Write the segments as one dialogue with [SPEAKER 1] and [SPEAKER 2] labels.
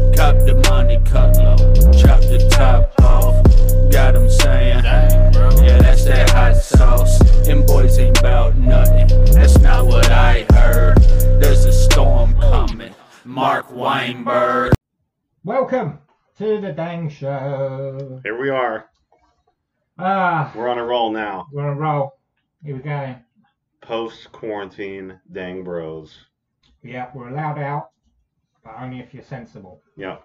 [SPEAKER 1] Cop the Monte Carlo, chop the top off. Got 'em saying, yeah, that's that hot sauce. Them boys ain't bout nothing. That's not what I heard. There's a storm coming. Mark Weinberg.
[SPEAKER 2] Welcome to the Dang Show.
[SPEAKER 3] Here we are.
[SPEAKER 2] Ah,
[SPEAKER 3] We're on a roll now.
[SPEAKER 2] we're on a roll. Here we go.
[SPEAKER 3] Post quarantine dang bros.
[SPEAKER 2] Yeah, we're allowed out, but only if you're sensible.
[SPEAKER 3] Yeah.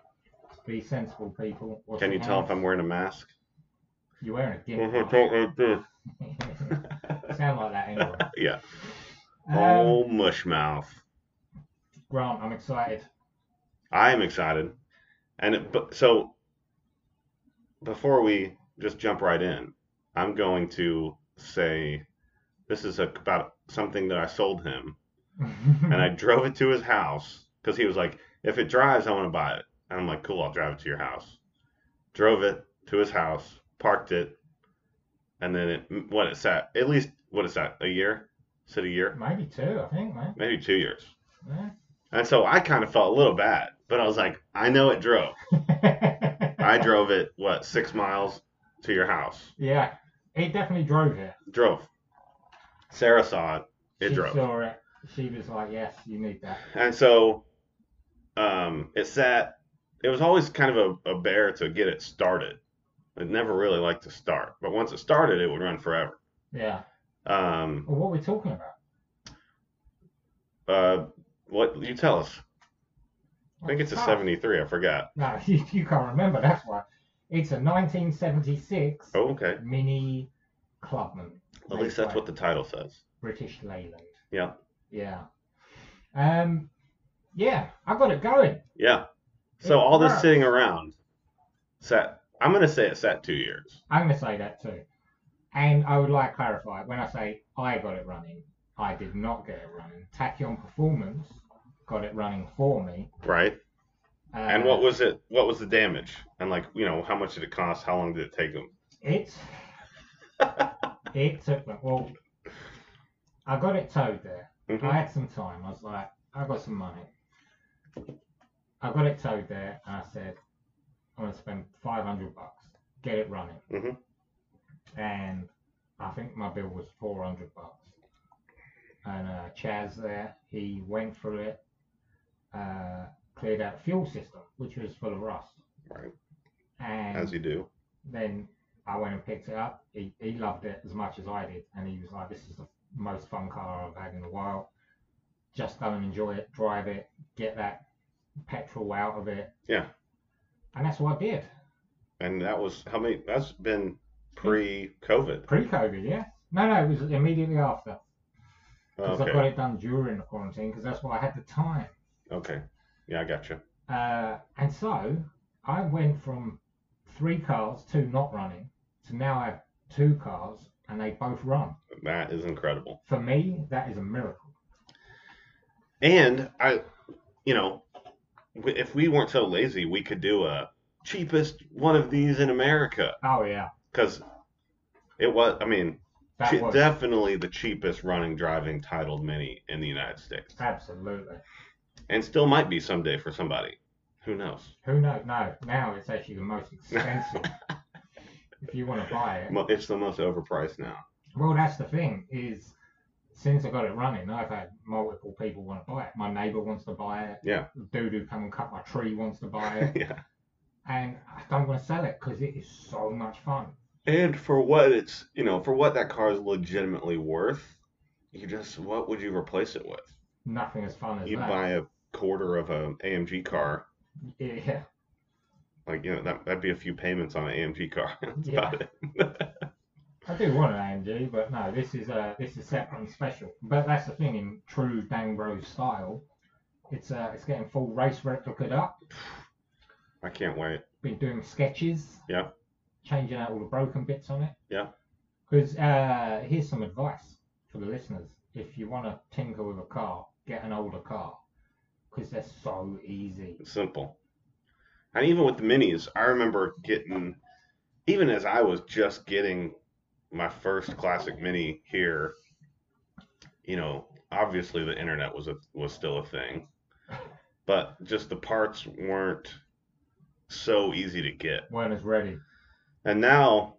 [SPEAKER 2] Be sensible, people. Wash
[SPEAKER 3] Can you
[SPEAKER 2] your
[SPEAKER 3] tell if
[SPEAKER 2] hands.
[SPEAKER 3] I'm wearing a mask?
[SPEAKER 2] You're wearing a gift.
[SPEAKER 3] yeah.
[SPEAKER 2] Sound like that anyway. Um,
[SPEAKER 3] Oh, mush mouth.
[SPEAKER 2] Grant, I'm excited.
[SPEAKER 3] I am excited. And it, but, so before we just jump right in, I'm going to say this is a, about something that I sold him and I drove it to his house because he was like, if it drives, I want to buy it. And I'm like, cool, I'll drive it to your house. Drove it to his house, parked it, and then it mm, what it sat at least what it sat a year, sit a year,
[SPEAKER 2] Maybe two, I think, man.
[SPEAKER 3] maybe two years.
[SPEAKER 2] Yeah.
[SPEAKER 3] And so I kind of felt a little bad, but I was like, I know it drove. I drove it what six miles to your house.
[SPEAKER 2] yeah, he definitely drove it.
[SPEAKER 3] Drove. Sarah saw it. It
[SPEAKER 2] she
[SPEAKER 3] drove.
[SPEAKER 2] saw it. She was like, yes, you need that.
[SPEAKER 3] And so um, it sat, it was always kind of a, a bear to get it started. It never really liked to start, but once it started, it would run forever.
[SPEAKER 2] Yeah.
[SPEAKER 3] Um,
[SPEAKER 2] Well, what are we talking about?
[SPEAKER 3] uh, what you tell us? I think it's a
[SPEAKER 2] Fuck.
[SPEAKER 3] 73. I forgot.
[SPEAKER 2] No, you, you can't remember. That's why. It's a 1976
[SPEAKER 3] Oh, okay.
[SPEAKER 2] Mini Clubman.
[SPEAKER 3] At least that's what the title says.
[SPEAKER 2] British Leyland.
[SPEAKER 3] Yeah.
[SPEAKER 2] Yeah. Um. Yeah, I got it going.
[SPEAKER 3] Yeah. So
[SPEAKER 2] It
[SPEAKER 3] all this
[SPEAKER 2] works.
[SPEAKER 3] sitting around sat, I'm going to say it sat two years.
[SPEAKER 2] I'm gonna say that too. And I would like to clarify when I say I got it running, I did not get it running. Tachyon Performance got it running for me.
[SPEAKER 3] Right.
[SPEAKER 2] Uh,
[SPEAKER 3] And what was it? What was the damage? And like, you know, how much did it cost? How long did it take them?
[SPEAKER 2] It it took well I got it towed there.
[SPEAKER 3] Mm-hmm.
[SPEAKER 2] I had some time. I was like, I got some money. I got it towed there and I said, I'm gonna spend five hundred bucks, get it running.
[SPEAKER 3] Mhm.
[SPEAKER 2] And I think my bill was four hundred bucks. And uh, Chaz there, he went through it, uh, cleared out the fuel system, which was full of rust.
[SPEAKER 3] Right.
[SPEAKER 2] And
[SPEAKER 3] As you do.
[SPEAKER 2] then I went and picked it up. He, he loved it as much as I did, and he was like, "This is the most fun car I've had in a while. Just go and enjoy it, drive it, get that petrol out of it."
[SPEAKER 3] Yeah.
[SPEAKER 2] And that's what I did
[SPEAKER 3] And that was how many? That's
[SPEAKER 2] Hmm.
[SPEAKER 3] been pre-COVID.
[SPEAKER 2] pre-COVID. Yeah. No, no, it was immediately after because I got
[SPEAKER 3] Okay.
[SPEAKER 2] it done during the quarantine because that's why I had the time.
[SPEAKER 3] Okay. Yeah, I gotcha.
[SPEAKER 2] Uh, and so I went from three cars, two not running, to now I have two cars and they both run.
[SPEAKER 3] That is incredible.
[SPEAKER 2] For me, that is a miracle.
[SPEAKER 3] And I, you know, w- if we weren't so lazy, we could do a cheapest one of these in America
[SPEAKER 2] Oh yeah,
[SPEAKER 3] because it was. I mean,
[SPEAKER 2] that
[SPEAKER 3] che-
[SPEAKER 2] was
[SPEAKER 3] definitely the cheapest running driving titled mini in the United States,
[SPEAKER 2] absolutely.
[SPEAKER 3] and still might be someday for somebody. Who knows?
[SPEAKER 2] Who knows? No, now it's actually the most expensive. if you want to buy it,
[SPEAKER 3] Mo- It's the most overpriced now.
[SPEAKER 2] well, that's the thing is, since I got it running, I've had multiple people want to buy it. My neighbour wants to buy it.
[SPEAKER 3] Yeah.
[SPEAKER 2] The dude who come and cut my tree wants to buy it,
[SPEAKER 3] yeah.
[SPEAKER 2] and I don't want to sell it because it is so much fun.
[SPEAKER 3] And for what it's, you know, for what that car is legitimately worth, you just, what would you replace it with?
[SPEAKER 2] Nothing as fun as
[SPEAKER 3] You'd
[SPEAKER 2] that.
[SPEAKER 3] buy a quarter of an AMG car,
[SPEAKER 2] yeah,
[SPEAKER 3] like, you know, that, that'd be a few payments on an AMG car. That's
[SPEAKER 2] Yeah.
[SPEAKER 3] about it.
[SPEAKER 2] I do want an AMG, but no, this is uh this is separate and special. But that's the thing in true Dang Rose style, it's uh it's getting full race replica up.
[SPEAKER 3] I can't wait.
[SPEAKER 2] been doing sketches.
[SPEAKER 3] Yeah.
[SPEAKER 2] Changing out all the broken bits on it.
[SPEAKER 3] Yeah.
[SPEAKER 2] Because uh, here's some advice for the listeners: if you want to tinker with a car, get an older car because they're so easy.
[SPEAKER 3] It's simple. And even with the minis, I remember getting, even as I was just getting my first classic mini here, you know, obviously the internet was a, was still a thing, but just the parts weren't so easy to get.
[SPEAKER 2] weren't as ready.
[SPEAKER 3] And now,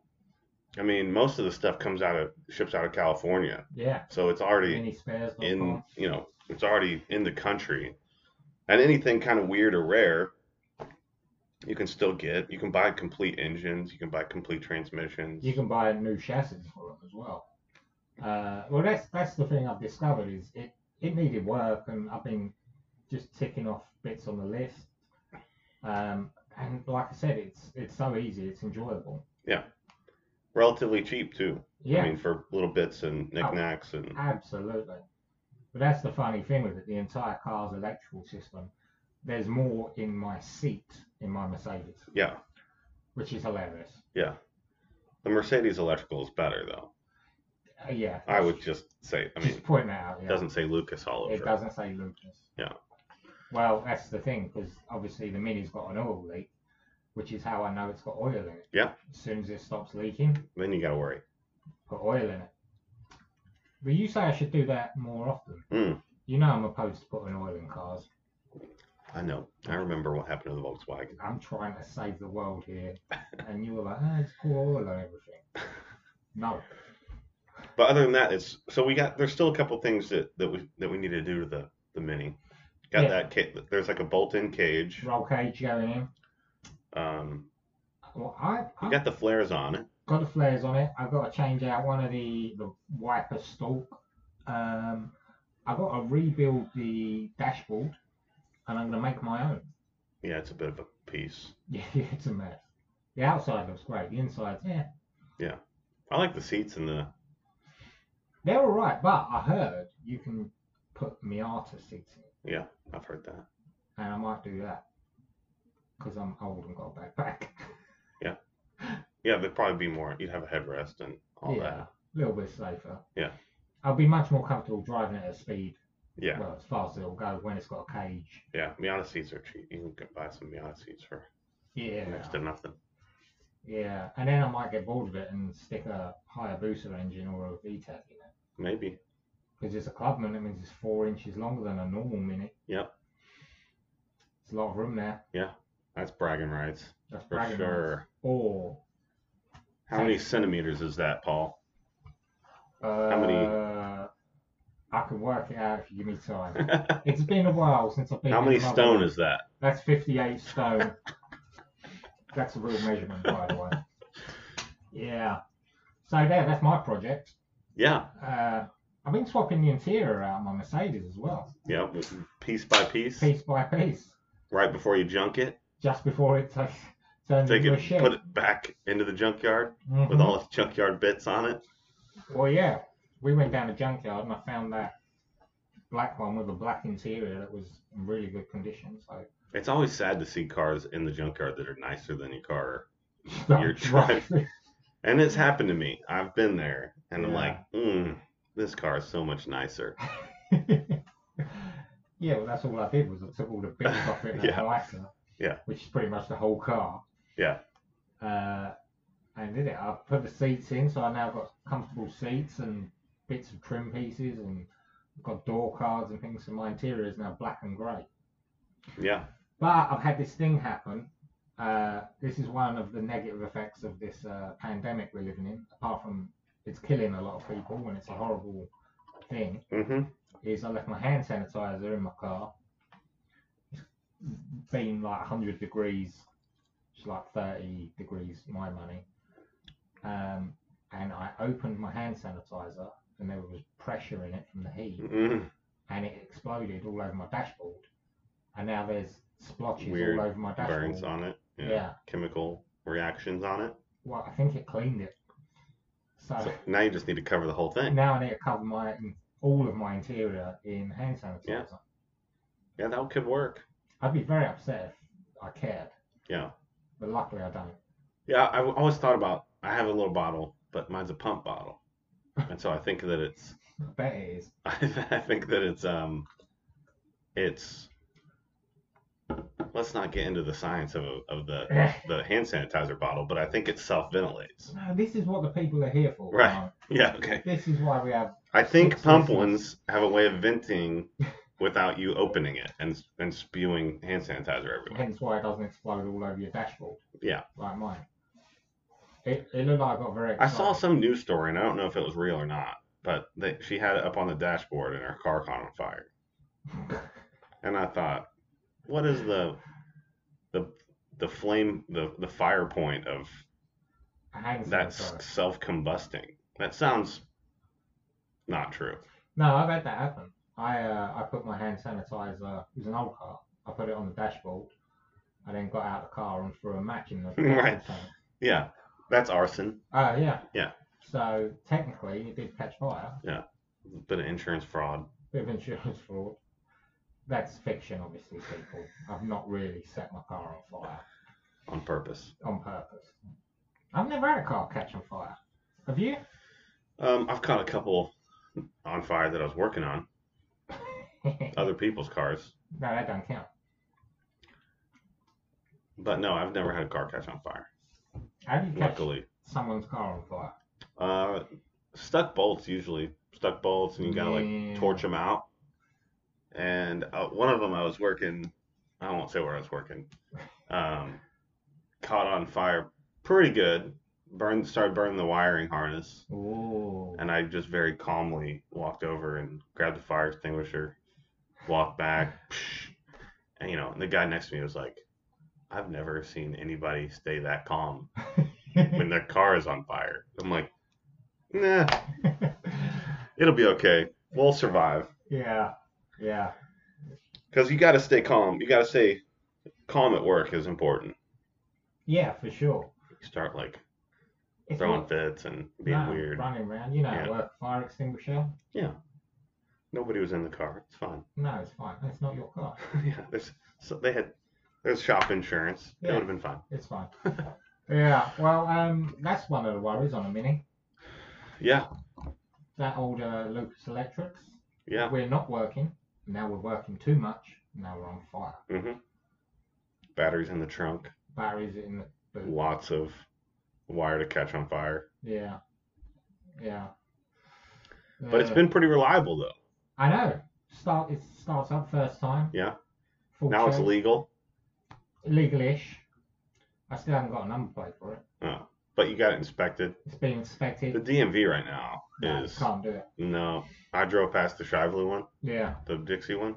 [SPEAKER 3] I mean, most of the stuff comes out of ships out of California,
[SPEAKER 2] Yeah.
[SPEAKER 3] so it's already
[SPEAKER 2] Mini spares. dot
[SPEAKER 3] in
[SPEAKER 2] com.
[SPEAKER 3] you know it's already in the country, and anything kind of weird or rare, you can still get. You can buy complete engines, you can buy complete transmissions.
[SPEAKER 2] You can buy a new chassis for them as well. Uh, well, that's that's the thing I've discovered is it it needed work, and I've been just ticking off bits on the list. Um, and like I said, it's it's so easy, it's enjoyable.
[SPEAKER 3] Relatively cheap too.
[SPEAKER 2] Yeah,
[SPEAKER 3] I mean, for little bits and knickknacks and
[SPEAKER 2] absolutely. But that's the funny thing with it. The entire car's electrical system. There's more in my seat in my Mercedes,
[SPEAKER 3] yeah,
[SPEAKER 2] which is hilarious.
[SPEAKER 3] yeah. The Mercedes electrical is better though.
[SPEAKER 2] Uh, yeah,
[SPEAKER 3] I would just say. I mean,
[SPEAKER 2] just point that out. Yeah.
[SPEAKER 3] it doesn't say Lucas all over.
[SPEAKER 2] It doesn't say Lucas.
[SPEAKER 3] Yeah.
[SPEAKER 2] Well, that's the thing because obviously the mini's got an oil leak, which is how I know it's got oil in it.
[SPEAKER 3] Yeah.
[SPEAKER 2] As soon as it stops leaking,
[SPEAKER 3] Then you gotta worry.
[SPEAKER 2] put oil in it. But you say I should do that more often.
[SPEAKER 3] Mm.
[SPEAKER 2] You know I'm opposed to putting oil in cars.
[SPEAKER 3] I know. I remember what happened to the Volkswagen.
[SPEAKER 2] I'm trying to save the world here, and you were like, ah, just pour oil on everything. No.
[SPEAKER 3] But other than that, it's so we got. There's still a couple things that that we that we need to do to the the Mini. Got
[SPEAKER 2] Yeah.
[SPEAKER 3] that cage. There's like a bolt-in cage.
[SPEAKER 2] Roll cage going in.
[SPEAKER 3] Um,
[SPEAKER 2] Well, I,
[SPEAKER 3] we
[SPEAKER 2] I
[SPEAKER 3] got the flares on it.
[SPEAKER 2] got the flares on it. I've got to change out one of the, the wiper stalk. Um, I've got to rebuild the dashboard, and I'm going to make my own.
[SPEAKER 3] Yeah, it's a bit of a piece.
[SPEAKER 2] Yeah, it's a mess. The outside looks great. The inside's yeah,
[SPEAKER 3] I like the seats and the.
[SPEAKER 2] they're all right. But I heard you can put Miata seats in,
[SPEAKER 3] Yeah, I've heard that.
[SPEAKER 2] and I might do that because I'm old and got a bad back.
[SPEAKER 3] Yeah, there'd probably be more. You'd have a headrest and all
[SPEAKER 2] yeah,
[SPEAKER 3] that.
[SPEAKER 2] a little bit safer.
[SPEAKER 3] Oh, Yeah.
[SPEAKER 2] I'll be much more comfortable driving it at speed.
[SPEAKER 3] Yeah,
[SPEAKER 2] Well, as fast as it'll go when it's got a cage.
[SPEAKER 3] yeah. Miata seats are cheap. You can buy some Miata seats for
[SPEAKER 2] Yeah.
[SPEAKER 3] next to nothing.
[SPEAKER 2] Yeah, and then I might get bored of it and stick a Hayabusa engine or a VTEC in it.
[SPEAKER 3] Maybe.
[SPEAKER 2] Because it's a clubman, that means it's four inches longer than a normal Mini.
[SPEAKER 3] Yep.
[SPEAKER 2] It's a lot of room there.
[SPEAKER 3] That's bragging rights.
[SPEAKER 2] That's
[SPEAKER 3] For
[SPEAKER 2] bragging rights.
[SPEAKER 3] sure.
[SPEAKER 2] Or
[SPEAKER 3] How many centimeters is that, Paul?
[SPEAKER 2] uh,
[SPEAKER 3] many-
[SPEAKER 2] I could work it out if you give me time. it's been a while since I've been.
[SPEAKER 3] How
[SPEAKER 2] in
[SPEAKER 3] many
[SPEAKER 2] another
[SPEAKER 3] stone
[SPEAKER 2] one.
[SPEAKER 3] is that?
[SPEAKER 2] That's fifty-eight stone. that's a real measurement, by the way. Yeah. So there, that's my project.
[SPEAKER 3] Yeah,
[SPEAKER 2] Uh, I've been swapping the interior out of my Mercedes as well.
[SPEAKER 3] yeah. Piece by piece,
[SPEAKER 2] piece by piece,
[SPEAKER 3] right before you junk it,
[SPEAKER 2] just before it takes turns
[SPEAKER 3] take
[SPEAKER 2] into a
[SPEAKER 3] it,
[SPEAKER 2] shed.
[SPEAKER 3] put it back into the junkyard
[SPEAKER 2] Mhm.
[SPEAKER 3] with all its junkyard bits on it.
[SPEAKER 2] Well, yeah, we went down to junkyard and I found that black one with a black interior that was in really good condition. So
[SPEAKER 3] It's always sad to see cars in the junkyard that are nicer than your car.
[SPEAKER 2] Don't drive it.
[SPEAKER 3] And it's happened to me. I've been there, and I'm
[SPEAKER 2] Mm-hmm. Yeah.
[SPEAKER 3] like, mm, this car is so much nicer.
[SPEAKER 2] yeah, well, that's all I did was I took all the bits off it and
[SPEAKER 3] Yeah.
[SPEAKER 2] yeah. lighter,
[SPEAKER 3] Yeah.
[SPEAKER 2] which is pretty much the whole car.
[SPEAKER 3] Yeah.
[SPEAKER 2] Uh, and did it. I put the seats in, so I now got comfortable seats and bits of trim pieces and got door cards and things. So my interior is now black and grey.
[SPEAKER 3] Yeah,
[SPEAKER 2] But I've had this thing happen. Uh, this is one of the negative effects of this uh, pandemic we're living in. Apart from it's killing a lot of people and it's a horrible thing,
[SPEAKER 3] mm-hmm.
[SPEAKER 2] is I left my hand sanitizer in my car. It's been like 100 degrees, it's like 30 degrees, my money. Um, and I opened my hand sanitizer and there was pressure in it from the heat
[SPEAKER 3] mm
[SPEAKER 2] and it exploded all over my dashboard. And now there's splotches
[SPEAKER 3] Weird
[SPEAKER 2] all over my dashboard.
[SPEAKER 3] burns on it. Yeah.
[SPEAKER 2] Yeah.
[SPEAKER 3] chemical reactions on it.
[SPEAKER 2] Well, I think it cleaned it. So,
[SPEAKER 3] So now you just need to cover the whole thing.
[SPEAKER 2] now I need to cover my all of my interior in hand sanitizer.
[SPEAKER 3] Yeah. Yeah, that could work.
[SPEAKER 2] I'd be very upset if I cared.
[SPEAKER 3] Yeah.
[SPEAKER 2] But luckily I don't.
[SPEAKER 3] Yeah, I've always thought about I have a little bottle, but mine's a pump bottle, and so I think that it's
[SPEAKER 2] I bet it is.
[SPEAKER 3] I think that it's um it's let's not get into the science of of the the hand sanitizer bottle, but I think it self ventilates.
[SPEAKER 2] no, this is what the people are here for.
[SPEAKER 3] Right.
[SPEAKER 2] Mark.
[SPEAKER 3] Yeah, okay.
[SPEAKER 2] This is why we have
[SPEAKER 3] I think
[SPEAKER 2] Six
[SPEAKER 3] pump
[SPEAKER 2] listeners.
[SPEAKER 3] ones have a way of venting without you opening it and and spewing hand sanitizer everywhere.
[SPEAKER 2] Hence why it doesn't explode all over your dashboard.
[SPEAKER 3] Yeah.
[SPEAKER 2] Like mine. It, it looked like I got very
[SPEAKER 3] I saw
[SPEAKER 2] excited.
[SPEAKER 3] some news story, and I don't know if it was real or not, but they, she had it up on the dashboard, and her car caught on fire. and I thought, what is the the the flame the the fire point of
[SPEAKER 2] A hand
[SPEAKER 3] that
[SPEAKER 2] sanitizer.
[SPEAKER 3] self combusting? That sounds not true.
[SPEAKER 2] No, I've had that happen. I uh, I put my hand sanitizer. It was an old car. I put it on the dashboard. I then got out of the car and threw a match in the petrol
[SPEAKER 3] Right.
[SPEAKER 2] tank.
[SPEAKER 3] Yeah, that's arson,
[SPEAKER 2] Oh yeah.
[SPEAKER 3] Yeah.
[SPEAKER 2] So technically, it did catch fire.
[SPEAKER 3] bit of insurance fraud.
[SPEAKER 2] Bit of insurance fraud. That's fiction, obviously, people. I've not really set my car on fire
[SPEAKER 3] on purpose.
[SPEAKER 2] on purpose. I've never had a car catch on fire. Have you?
[SPEAKER 3] Um, I've caught a couple on fire that I was working on,
[SPEAKER 2] no,
[SPEAKER 3] other people's cars,
[SPEAKER 2] that don't count.
[SPEAKER 3] but no, I've never had a car catch on fire.
[SPEAKER 2] How do you catch
[SPEAKER 3] Luckily,
[SPEAKER 2] someone's car on fire?
[SPEAKER 3] uh, stuck bolts usually stuck bolts, and you gotta like
[SPEAKER 2] Yeah.
[SPEAKER 3] torch them out. And uh, one of them I was working, I won't say where I was working, um, caught on fire pretty good. Burned, started burning the wiring harness,
[SPEAKER 2] Ooh.
[SPEAKER 3] and I just very calmly walked over and grabbed the fire extinguisher, walked back, psh, and you know, and the guy next to me was like, "I've never seen anybody stay that calm when their car is on fire." I'm like, "Nah, it'll be okay. We'll survive."
[SPEAKER 2] yeah. Yeah.
[SPEAKER 3] Because you got to stay calm. You got to stay calm at work is important.
[SPEAKER 2] Yeah, for sure.
[SPEAKER 3] You start like
[SPEAKER 2] It's
[SPEAKER 3] throwing
[SPEAKER 2] not-
[SPEAKER 3] fits and being
[SPEAKER 2] no,
[SPEAKER 3] weird.
[SPEAKER 2] Running around, you know,
[SPEAKER 3] Yeah.
[SPEAKER 2] like fire extinguisher.
[SPEAKER 3] Nobody was in the car. It's fine.
[SPEAKER 2] No, it's fine. It's not your car.
[SPEAKER 3] yeah, there's so they had there's shop insurance. It
[SPEAKER 2] Yeah.
[SPEAKER 3] would have been fine.
[SPEAKER 2] It's fine. yeah. Well, um, that's one of the worries on a mini.
[SPEAKER 3] Yeah,
[SPEAKER 2] That old uh, Lucas Electrics.
[SPEAKER 3] yeah.
[SPEAKER 2] We're not working. Now we're working too much. Now we're on fire.
[SPEAKER 3] hmm Batteries in the trunk.
[SPEAKER 2] Batteries in the boot.
[SPEAKER 3] Lots of wire to catch on fire.
[SPEAKER 2] Yeah. Yeah.
[SPEAKER 3] But it's
[SPEAKER 2] Uh,
[SPEAKER 3] been pretty reliable though.
[SPEAKER 2] I know. Start. It starts up first time.
[SPEAKER 3] Yeah.
[SPEAKER 2] Full
[SPEAKER 3] Now it's
[SPEAKER 2] charge.
[SPEAKER 3] legal,
[SPEAKER 2] legal-ish. I still haven't got a number plate for it.
[SPEAKER 3] but you got it inspected.
[SPEAKER 2] It's being
[SPEAKER 3] The
[SPEAKER 2] inspected.
[SPEAKER 3] DMV right now
[SPEAKER 2] No,
[SPEAKER 3] is
[SPEAKER 2] can't do it.
[SPEAKER 3] no. I drove past the Shively one.
[SPEAKER 2] Yeah.
[SPEAKER 3] the Dixie one.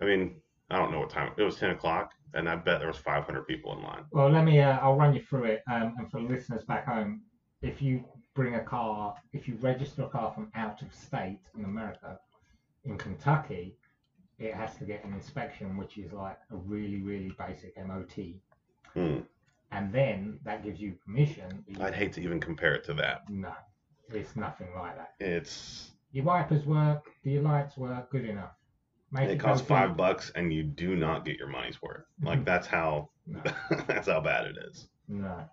[SPEAKER 3] I mean, I don't know what time it was. Ten o'clock, and I bet there was five hundred people in line.
[SPEAKER 2] Well, let me. Uh, I'll run you through it. Um, and for the listeners back home, if you bring a car, if you register a car from out of state in America, in Kentucky, it has to get an inspection, which is like a really, really basic MOT,
[SPEAKER 3] Hmm.
[SPEAKER 2] and then that gives you permission. that you-
[SPEAKER 3] I'd hate to even compare it to that.
[SPEAKER 2] No, it's nothing like that.
[SPEAKER 3] It's
[SPEAKER 2] Your wipers work. The lights work. Good enough. Make
[SPEAKER 3] it
[SPEAKER 2] go
[SPEAKER 3] costs
[SPEAKER 2] through-
[SPEAKER 3] five bucks, and you do not get your money's worth. Like that's how
[SPEAKER 2] No.
[SPEAKER 3] that's how bad it is.
[SPEAKER 2] No.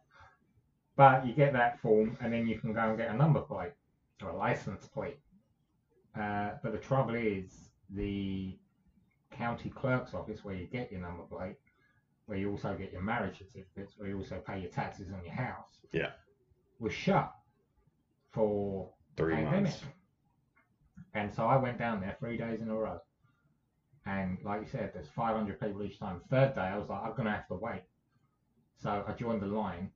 [SPEAKER 2] But you get that form, and then you can go and get a number plate or a license plate. Uh, but the trouble is, the county clerk's office, where you get your number plate, where you also get your marriage certificates, where you also pay your taxes on your house,
[SPEAKER 3] Yeah.
[SPEAKER 2] was shut for
[SPEAKER 3] Three
[SPEAKER 2] pandemic.
[SPEAKER 3] months.
[SPEAKER 2] And so I went down there three days in a row. And like you said, there's 500 people each time. Third day, I was like, I'm going to have to wait. So I joined the line.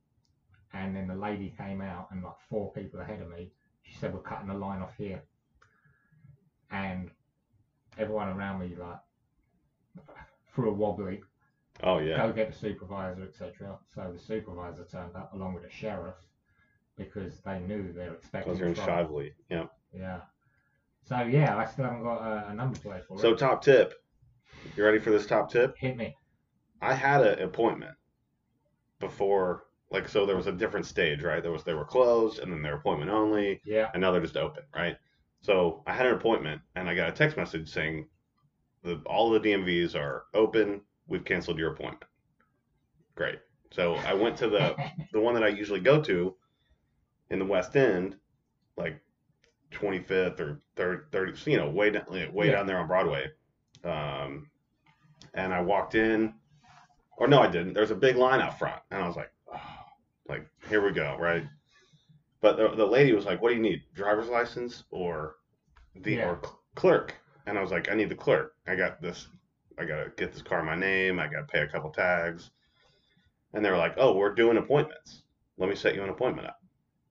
[SPEAKER 2] And then the lady came out, and like four people ahead of me, she said, We're cutting the line off here. And everyone around me, like, threw a wobbly,
[SPEAKER 3] Oh yeah.
[SPEAKER 2] go get the supervisor, etc. So the supervisor turned up along with the sheriff because they knew they were expecting
[SPEAKER 3] Because you're in
[SPEAKER 2] trouble.
[SPEAKER 3] Shively. Yeah.
[SPEAKER 2] Yeah. So yeah, I still haven't got a, a number plate for
[SPEAKER 3] So
[SPEAKER 2] it.
[SPEAKER 3] top tip. You ready for this top tip?
[SPEAKER 2] Hit me.
[SPEAKER 3] I had an appointment before, like, so there was a different stage, right? There was they were closed, and then their appointment only,
[SPEAKER 2] Yeah.
[SPEAKER 3] and now they're just open, right? So I had an appointment and I got a text message saying the all the DMVs are open. We've canceled your appointment. Great. So I went to the the one that I usually go to in the West End, like 25th or 30, 30 you know, way down, like, way
[SPEAKER 2] Yeah.
[SPEAKER 3] down there on Broadway. Um, and I walked in, or no, I didn't. There was a big line out front, and I was like, oh, like here we go, right? But the, the lady was like, "What do you need? Driver's license or the
[SPEAKER 2] Yeah.
[SPEAKER 3] or cl- clerk?" and I was like, I need the clerk. I got this. I gotta get this car in my name. I gotta pay a couple tags. And they were like, Oh, we're doing appointments. Let me set you an appointment up.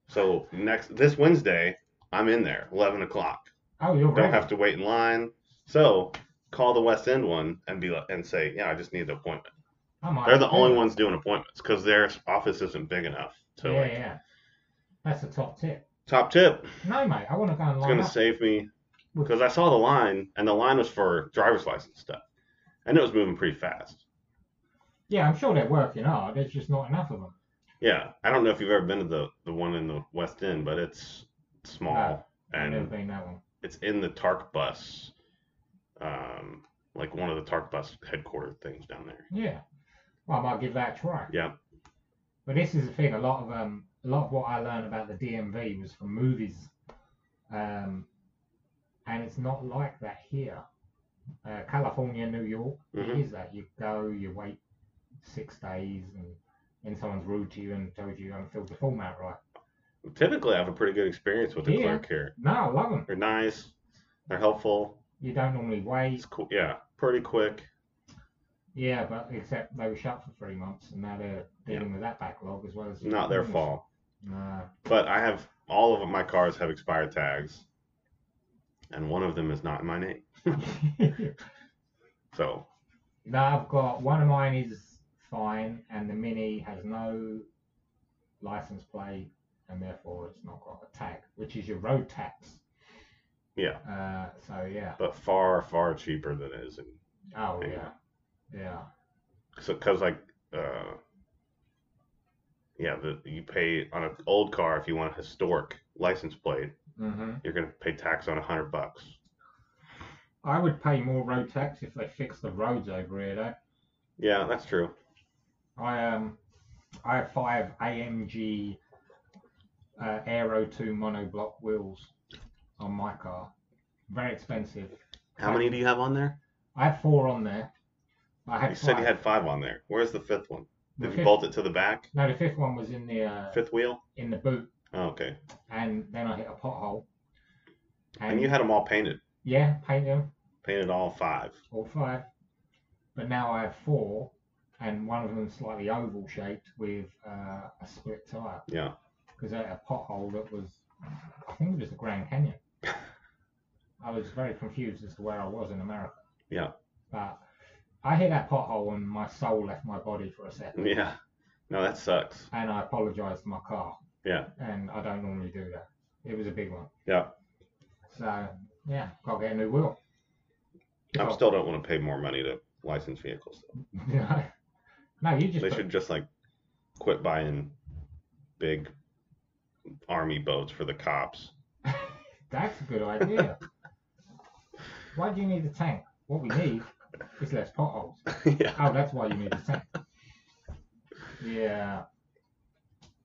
[SPEAKER 3] So next this Wednesday, I'm in there, eleven o'clock.
[SPEAKER 2] Oh, you're
[SPEAKER 3] Don't
[SPEAKER 2] right.
[SPEAKER 3] have to wait in line. So call the West End one and be like, and say, Yeah, I just need the appointment.
[SPEAKER 2] I might
[SPEAKER 3] They're the
[SPEAKER 2] do
[SPEAKER 3] only
[SPEAKER 2] that.
[SPEAKER 3] ones doing appointments because their office isn't big enough. So
[SPEAKER 2] yeah,
[SPEAKER 3] like,
[SPEAKER 2] yeah. That's a top tip.
[SPEAKER 3] top tip.
[SPEAKER 2] No, mate, I want to go and
[SPEAKER 3] It's
[SPEAKER 2] line
[SPEAKER 3] gonna
[SPEAKER 2] up.
[SPEAKER 3] save me
[SPEAKER 2] with-
[SPEAKER 3] because I saw the line and the line was for driver's license stuff, and it was moving pretty fast.
[SPEAKER 2] Yeah, I'm sure they're working hard. There's just not enough of them.
[SPEAKER 3] Yeah, I don't know if you've ever been to the the one in the West End, but it's small
[SPEAKER 2] I've never
[SPEAKER 3] and
[SPEAKER 2] been that one.
[SPEAKER 3] it's in the Tark bus, um, like one of the Tark bus headquarter things down there.
[SPEAKER 2] Yeah. Well, I might give that a try.
[SPEAKER 3] Yeah.
[SPEAKER 2] But this is the thing. A lot of um, a lot of what I learned about the DMV was from movies, um, and it's not like that here. Uh, California, New York, it
[SPEAKER 3] Mhm.
[SPEAKER 2] is that you go, you wait six days, and then someone's rude to you and tells you you haven't filled the form out right.
[SPEAKER 3] Typically, I have a pretty good experience with the
[SPEAKER 2] Yeah.
[SPEAKER 3] clerk here.
[SPEAKER 2] No, I love them.
[SPEAKER 3] They're nice, they're helpful.
[SPEAKER 2] You don't normally wait.
[SPEAKER 3] It's cool. Yeah, pretty quick.
[SPEAKER 2] Yeah, but except they were shut for three months, and now they're dealing with that backlog as well as
[SPEAKER 3] Not their fault.
[SPEAKER 2] No.
[SPEAKER 3] But I have all of my cars have expired tags, and one of them is not in my name. So
[SPEAKER 2] No, I've got one of mine is fine, and the Mini has no license plate, and therefore it's not got a tag, which is your road tax.
[SPEAKER 3] yeah,
[SPEAKER 2] Uh, so yeah.
[SPEAKER 3] but far far cheaper than it is in
[SPEAKER 2] Oh
[SPEAKER 3] Hang
[SPEAKER 2] yeah, yeah.
[SPEAKER 3] so because like uh yeah the, you pay on an old car if you want a historic license plate
[SPEAKER 2] hmm
[SPEAKER 3] you're gonna pay tax on a hundred bucks
[SPEAKER 2] I would pay more road tax if they fixed the roads over here. Though.
[SPEAKER 3] yeah that's true
[SPEAKER 2] I um, I have five AMG uh, Aero two monoblock wheels on my car. Very expensive.
[SPEAKER 3] how many do you have on there
[SPEAKER 2] I have four on there. I had
[SPEAKER 3] you said you
[SPEAKER 2] five.
[SPEAKER 3] had five on there where's the fifth one
[SPEAKER 2] The
[SPEAKER 3] did you
[SPEAKER 2] fifth-
[SPEAKER 3] bolt it to the back
[SPEAKER 2] No, the fifth one was in the uh,
[SPEAKER 3] fifth wheel
[SPEAKER 2] in the boot,
[SPEAKER 3] oh, okay
[SPEAKER 2] and then I hit a pothole.
[SPEAKER 3] and you had them all painted
[SPEAKER 2] yeah, paint them
[SPEAKER 3] painted all five
[SPEAKER 2] all five, but now I have four, and one of them slightly oval shaped with uh, a split tire
[SPEAKER 3] yeah
[SPEAKER 2] because I had a pothole that was, I think it was the Grand Canyon. I was very confused as to where I was in America.
[SPEAKER 3] Yeah.
[SPEAKER 2] But I hit that pothole and my soul left my body for a second,
[SPEAKER 3] yeah no that sucks
[SPEAKER 2] and I apologized to my car.
[SPEAKER 3] Yeah.
[SPEAKER 2] And I don't normally do that. It was a big one.
[SPEAKER 3] yeah
[SPEAKER 2] So yeah, gotta get a new wheel.
[SPEAKER 3] i
[SPEAKER 2] Oh.
[SPEAKER 3] still don't want to pay more money to license vehicles
[SPEAKER 2] no, no, you just
[SPEAKER 3] They
[SPEAKER 2] put-
[SPEAKER 3] should just like quit buying big army boats for the cops.
[SPEAKER 2] that's a good idea. why do you need a tank? What we need is less potholes.
[SPEAKER 3] yeah.
[SPEAKER 2] Oh, that's why you need a tank. Yeah.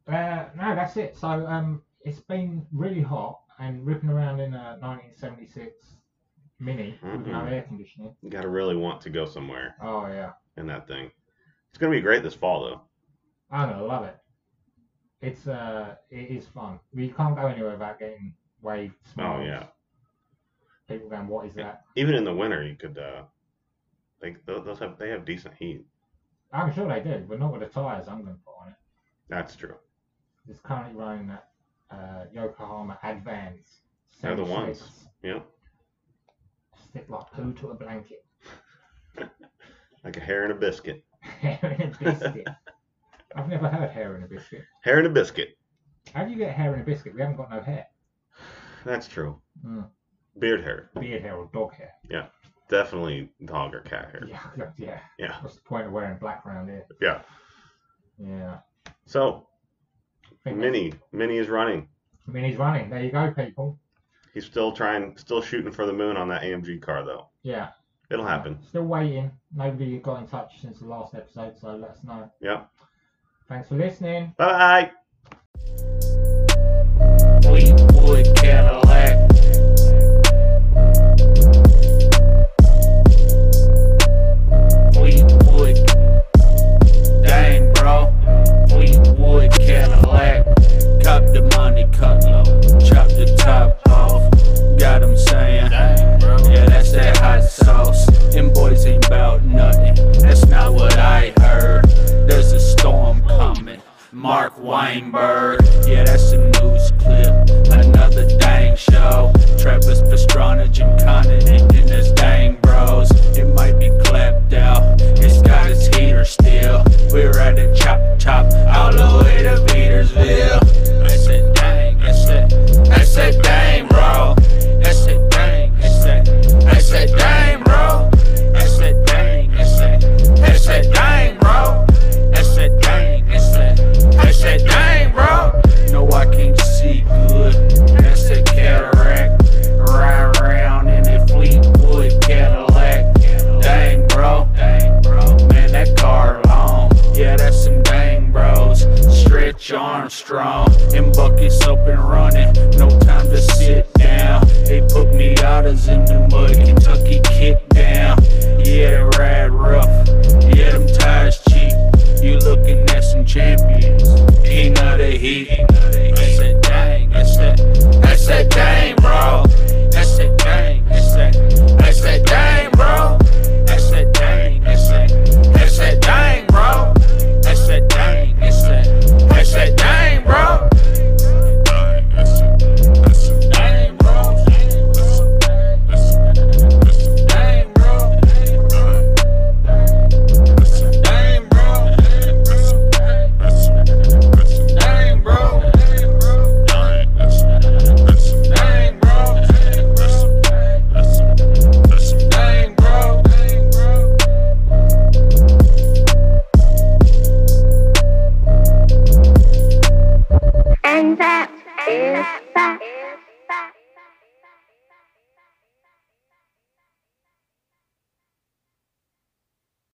[SPEAKER 2] Uh, no, that's it. So um, it's been really hot and ripping around in a 1976 Mini with no
[SPEAKER 3] Mhm.
[SPEAKER 2] air conditioning.
[SPEAKER 3] You gotta really want to go somewhere
[SPEAKER 2] Oh yeah,
[SPEAKER 3] in that thing. It's gonna be great this fall though.
[SPEAKER 2] I'm gonna love it. It's uh, it is fun. We can't go anywhere without getting waved, smiles.
[SPEAKER 3] Oh, yeah.
[SPEAKER 2] People going, what is
[SPEAKER 3] Yeah.
[SPEAKER 2] that?
[SPEAKER 3] Even in the winter, you could. uh They tho- those have they have decent heat.
[SPEAKER 2] I'm sure they do, but not with the tyres I'm going to put on it.
[SPEAKER 3] That's true.
[SPEAKER 2] It's currently running that uh, Yokohama Advans.
[SPEAKER 3] They're the
[SPEAKER 2] 76.
[SPEAKER 3] ones. Yeah.
[SPEAKER 2] Stick like poo to a blanket.
[SPEAKER 3] Like a hair and a biscuit.
[SPEAKER 2] hair in a biscuit. I've never heard hair in a biscuit.
[SPEAKER 3] Hair and a biscuit.
[SPEAKER 2] How do you get hair in a biscuit? We haven't got no hair.
[SPEAKER 3] That's true.
[SPEAKER 2] Mm.
[SPEAKER 3] Beard hair.
[SPEAKER 2] Beard hair or dog hair.
[SPEAKER 3] Definitely dog or cat hair.
[SPEAKER 2] Yeah, yeah, yeah.
[SPEAKER 3] Yeah.
[SPEAKER 2] What's the point of wearing black round here?
[SPEAKER 3] Yeah.
[SPEAKER 2] Yeah.
[SPEAKER 3] So
[SPEAKER 2] Think
[SPEAKER 3] Minnie, Minnie is running.
[SPEAKER 2] that's- I mean, he's running. There you go, people.
[SPEAKER 3] He's still trying, still shooting for the moon on that AMG car though.
[SPEAKER 2] Yeah.
[SPEAKER 3] It'll happen.
[SPEAKER 2] Still waiting. Nobody got in touch since the last episode, so let us know.
[SPEAKER 3] Yeah.
[SPEAKER 2] Thanks for listening.
[SPEAKER 3] Bye bye.
[SPEAKER 1] Fleetwood Cadillac. Fleetwood. Dang, bro. Fleetwood Cadillac. Cop the Monte Carlo. Chop the top off. Got 'em saying. Yeah, that's that Mark Weinberg. Yeah, that's a news clip. Another dang show. Travis Pastrana, Gincana, and his dang bros. It might be clapped out. It's got its heater still. We're at the chop chop all the way to Petersville. That's a dang, that's a, that's a dang, bro. That's a dang, that's a, that's a dang, bro. That's a dang, that's a, that's a dang, bro. That's a dang, that's a, that's a dang, bro. No, I can't see good. That's a cataract. Ride around in a Fleetwood Cadillac. Dang, bro. Dang, bro. Man, that car long. Yeah, that's some dang bros. Stretch Armstrong and buckets up and running. No time to sit down. They put me out as in the mud. Kentucky kick down. Yeah, they ride rough. Yeah, them tires cheap. You looking at some champions. King of the heat. That's that dang. That's that. That's that dang.